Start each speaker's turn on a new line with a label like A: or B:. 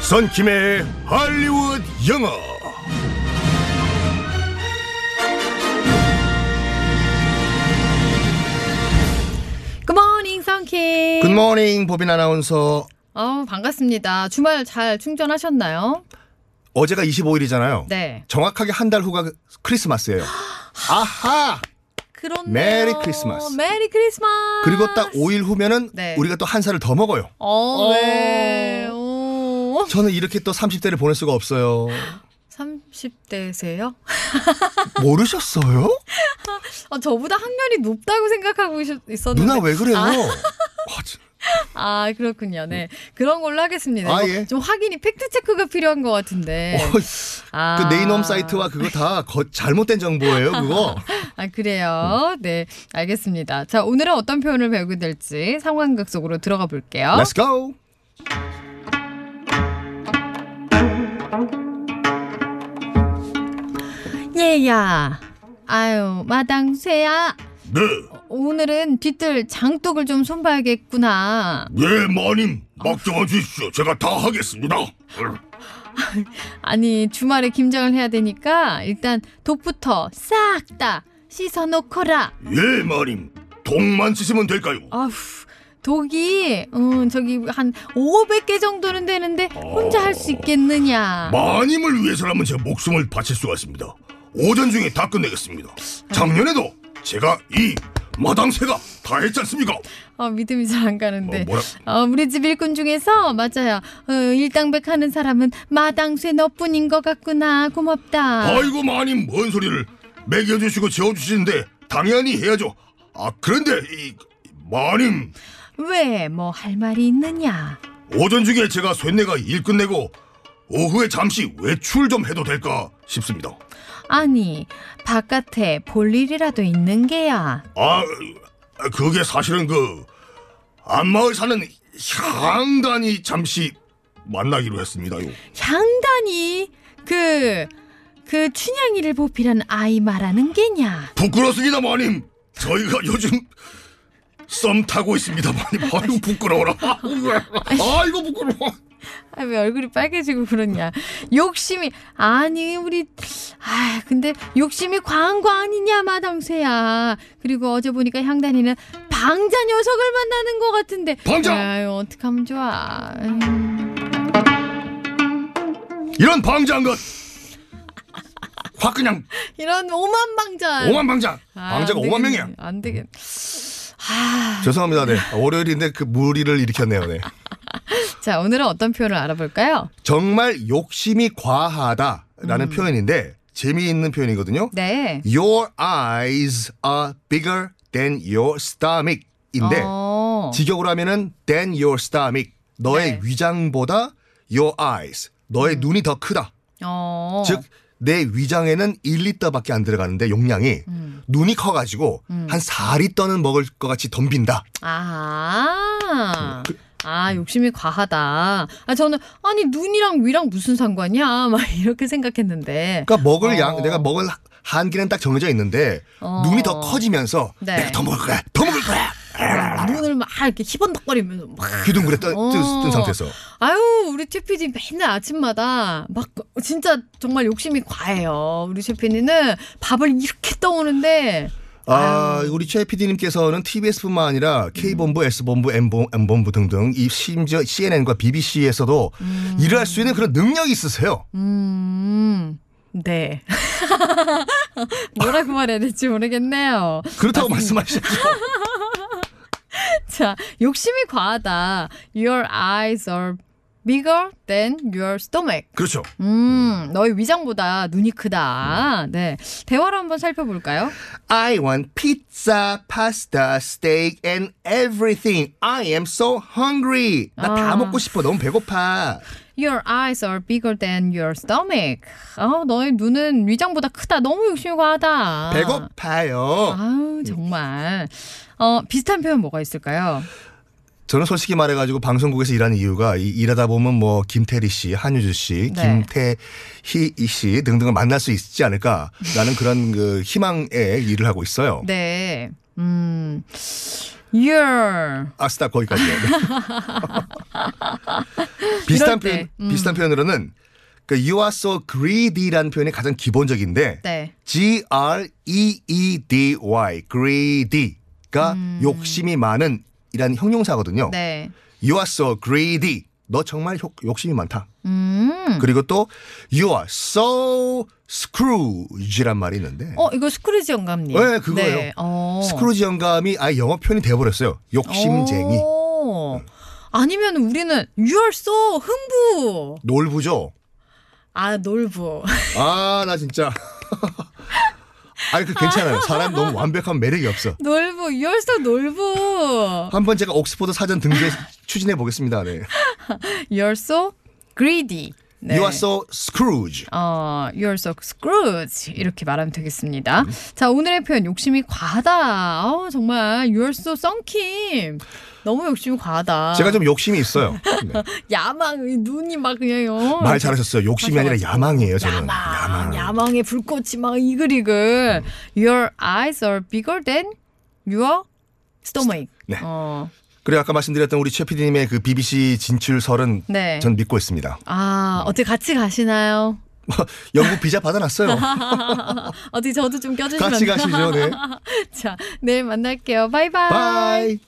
A: 선킴의 할리우드 영어.
B: 굿모닝 썬킴.
A: 굿모닝 보빈 아나운서.
B: 어, 반갑습니다. 주말 잘 충전하셨나요?
A: 어제가 25일이잖아요.
B: 네.
A: 정확하게 한 달 후가 크리스마스예요. 아하.
B: 그런데
A: 메리 크리스마스.
B: 메리 크리스마스.
A: 그리고 딱 5일 후면은
B: 네.
A: 우리가 또 한 살을 더 먹어요.
B: 어, 왜? 오.
A: 저는 이렇게 또 30대를 보낼 수가 없어요.
B: 30대세요?
A: 모르셨어요?
B: 어, 저보다 학년이 높다고 생각하고 있- 있었는데. 네.
A: 누나 왜 그래요? 아, 진-
B: 아, 그렇군요. 네. 그런 걸로 하겠습니다.
A: 아,
B: 이거
A: 예.
B: 좀 확인이 팩트 체크가 필요한 것 같은데.
A: 어이,
B: 아.
A: 그 네이놈 사이트와 그거 다 거- 잘못된 정보예요, 그거.
B: 아, 그래요.
A: 음.
B: 네. 알겠습니다. 자, 오늘은 어떤 표현을 배우게 될지 상황극 속으로 들어가 볼게요.
A: Let's go.
B: 얘야. 아유, 마당 새야.
A: 네,
B: 오늘은 뒤뜰 장독을 좀 손봐야겠구나.
A: 예, 마님 막정한 주십시오. 제가 다 하겠습니다.
B: 아니, 주말에 김장을 해야 되니까 일단 독부터 싹 다 씻어 놓거라.
A: 예, 마님 동만 쓰시면 될까요?
B: 아휴, 독이 음, 저기 한 500개 정도는 되는데 혼자 할 수 있겠느냐?
A: 마님을 위해서라면 제 목숨을 바칠 수가 있습니다. 오전 중에 다 끝내겠습니다. 작년에도 제가 이 마당새가 다 했지 않습니까?
B: 어, 믿음이 잘 안 가는데.
A: 어, 뭐라?
B: 어, 우리 집 일꾼 중에서 맞아요. 어, 일당백 하는 사람은 마당쇠 너뿐인 것 같구나. 고맙다.
A: 아이고 마님 뭔 소리를 먹여주시고 재워주시는데 당연히 해야죠. 아 그런데 이 마님
B: 왜 뭐 할 말이 있느냐?
A: 오전 중에 제가 쇳내가 일 끝내고 오후에 잠시 외출 좀 해도 될까 싶습니다.
B: 아니 바깥에 볼 일이라도 있는 게야.
A: 아 그게 사실은 그 안마을 사는 향단이 잠시 만나기로 했습니다요.
B: 향단이 그. 그 춘향이를 보필한 아이 말하는 게냐?
A: 부끄럽습니다, 마님. 저희가 요즘 썸 타고 있습니다, 마님. 아이고 부끄러워라. 아이고 부끄러워.
B: 아, 왜 얼굴이 빨개지고 그러냐? 욕심이 아니 우리 아 근데 욕심이 과한 거 아니냐 마당쇠야. 그리고 어제 보니까 향단이는 방자 녀석을 만나는 것 같은데.
A: 방자!
B: 아유 어떡하면 좋아. 아유,
A: 이런 방장 것. 확 그냥
B: 이런 오만 방자.
A: 오만 방장.
B: 아,
A: 방자가
B: 안
A: 5만
B: 되겠네.
A: 명이야.
B: 안 되겠. 아,
A: 죄송합니다, 네. 월요일인데 그 무리를 일으켰네요, 네.
B: 자 오늘은 어떤 표현을 알아볼까요?
A: 정말 욕심이 과하다라는 표현인데 재미있는 표현이거든요.
B: 네.
A: Your eyes are bigger than your stomach인데
B: 어.
A: 직역으로 하면은 than your stomach 너의
B: 네. 음.
A: 위장보다 your eyes 너의 눈이 더 크다.
B: 어.
A: 즉 내 위장에는 1리터밖에 안 들어가는데 용량이
B: 음.
A: 눈이 커가지고 한 4리터는 먹을 것 같이 덤빈다.
B: 아.
A: 그,
B: 아, 욕심이 과하다. 아, 저는, 아니, 눈이랑 위랑 무슨 상관이야? 막 이렇게 생각했는데.
A: 그러니까 먹을
B: 어.
A: 양 내가 먹을 한 끼는 딱 정해져 있는데
B: 어.
A: 눈이 더 커지면서
B: 네. 어.
A: 내가 더 먹을 거야, 더 먹을 거야.
B: 눈을 막 이렇게 희번덕거리면서 막.
A: 귀둥그레 떠-
B: 어.
A: 뜨- 뜬 상태에서
B: 아유, 우리 최피디 맨날 아침마다 막 진짜 정말 욕심이 과해요. 우리 최피디는 밥을 이렇게 떠오는데.
A: 아, 우리 최 PD님께서는 TBS뿐만 아니라 K본부, S본부, M본부, M본부 등등 이 심지어 CNN과 BBC에서도 일을 할 수 있는 그런 능력이 있으세요.
B: 음, 네. 뭐라고 말해야 될지 모르겠네요.
A: 그렇다고 말씀하셨죠.
B: 자, 욕심이 과하다. Your eyes are bigger than your stomach.
A: 그렇죠.
B: 음, 너의 위장보다 눈이
A: 음.
B: 크다. 네. 대화를 한번 살펴볼까요?
A: I want pizza, pasta, steak and everything. I am so hungry. 나 다
B: 아.
A: 먹고 싶어. 너무 배고파.
B: Your eyes are bigger than your stomach. 아, 너의 눈은 위장보다 크다. 너무 욕심이 과하다.
A: 배고파요.
B: 아. 아우, 정말. 어, 비슷한 표현 뭐가 있을까요?
A: 저는 솔직히 말해가지고 방송국에서 일하는 이유가 이- 일하다 보면 뭐 김태리 씨, 한유주 씨,
B: 네.
A: 김태희 씨 등등을 만날 수 있지 않을까라는 그런 그 희망에 일을 하고 있어요.
B: 네. 음. 네. Your.
A: 아스타 거기까지요. 비슷한
B: 이럴 때, 음.
A: 표현, 비슷한 표현으로는 그 you are so greedy라는 표현이 가장 기본적인데
B: 네.
A: G R E E D Y greedy가 욕심이 많은 이라는 형용사거든요.
B: 음. 네.
A: You are so greedy. 너 정말 욕, 욕심이 많다.
B: 음.
A: 그리고 또 you are so scrooge란 말이 있는데
B: 어, 이거 스크루지 영감님.
A: 그 네, 그거예요.
B: 어.
A: 스크루지 영감이 아예 영어 표현이 돼버렸어요. 욕심쟁이.
B: 오. 아니면 우리는 you are so 흥부.
A: 놀부죠.
B: 아, 놀부.
A: 아 나 진짜. 아니 그 괜찮아요. 사람 너무 완벽한 매력이 없어.
B: 놀부. you are so 놀부.
A: 한 번 제가 옥스포드 사전 등재 추진해 보겠습니다. 네.
B: you are so greedy. 네.
A: You are so Scrooge.
B: 어, you're so scrooge 이렇게 말하면 되겠습니다. 자, 오늘의 표현 욕심이 과하다. 어, 정말 you're so 썬킴. 너무 욕심이 과하다.
A: 제가 좀 욕심이 있어요. 네.
B: 야망 눈이 막 그냥요.
A: 말 잘하셨어요. 욕심이 아니라 야망이에요. 저는
B: 야망, 야망. 의 불꽃이 막 이글이글. Your eyes are bigger than your stomach.
A: 네.
B: 어,
A: 그리고 아까 말씀드렸던 우리 최 PD님의 그 BBC 진출설은
B: 네.
A: 전 믿고 있습니다.
B: 아, 어떻게 같이 가시나요?
A: 영국 비자 받아놨어요.
B: 어떻게 저도 좀 껴주시면
A: 같이
B: 안 돼요?
A: 가시죠. 네.
B: 자, 내일 만날게요. 바이바이.
A: 바이.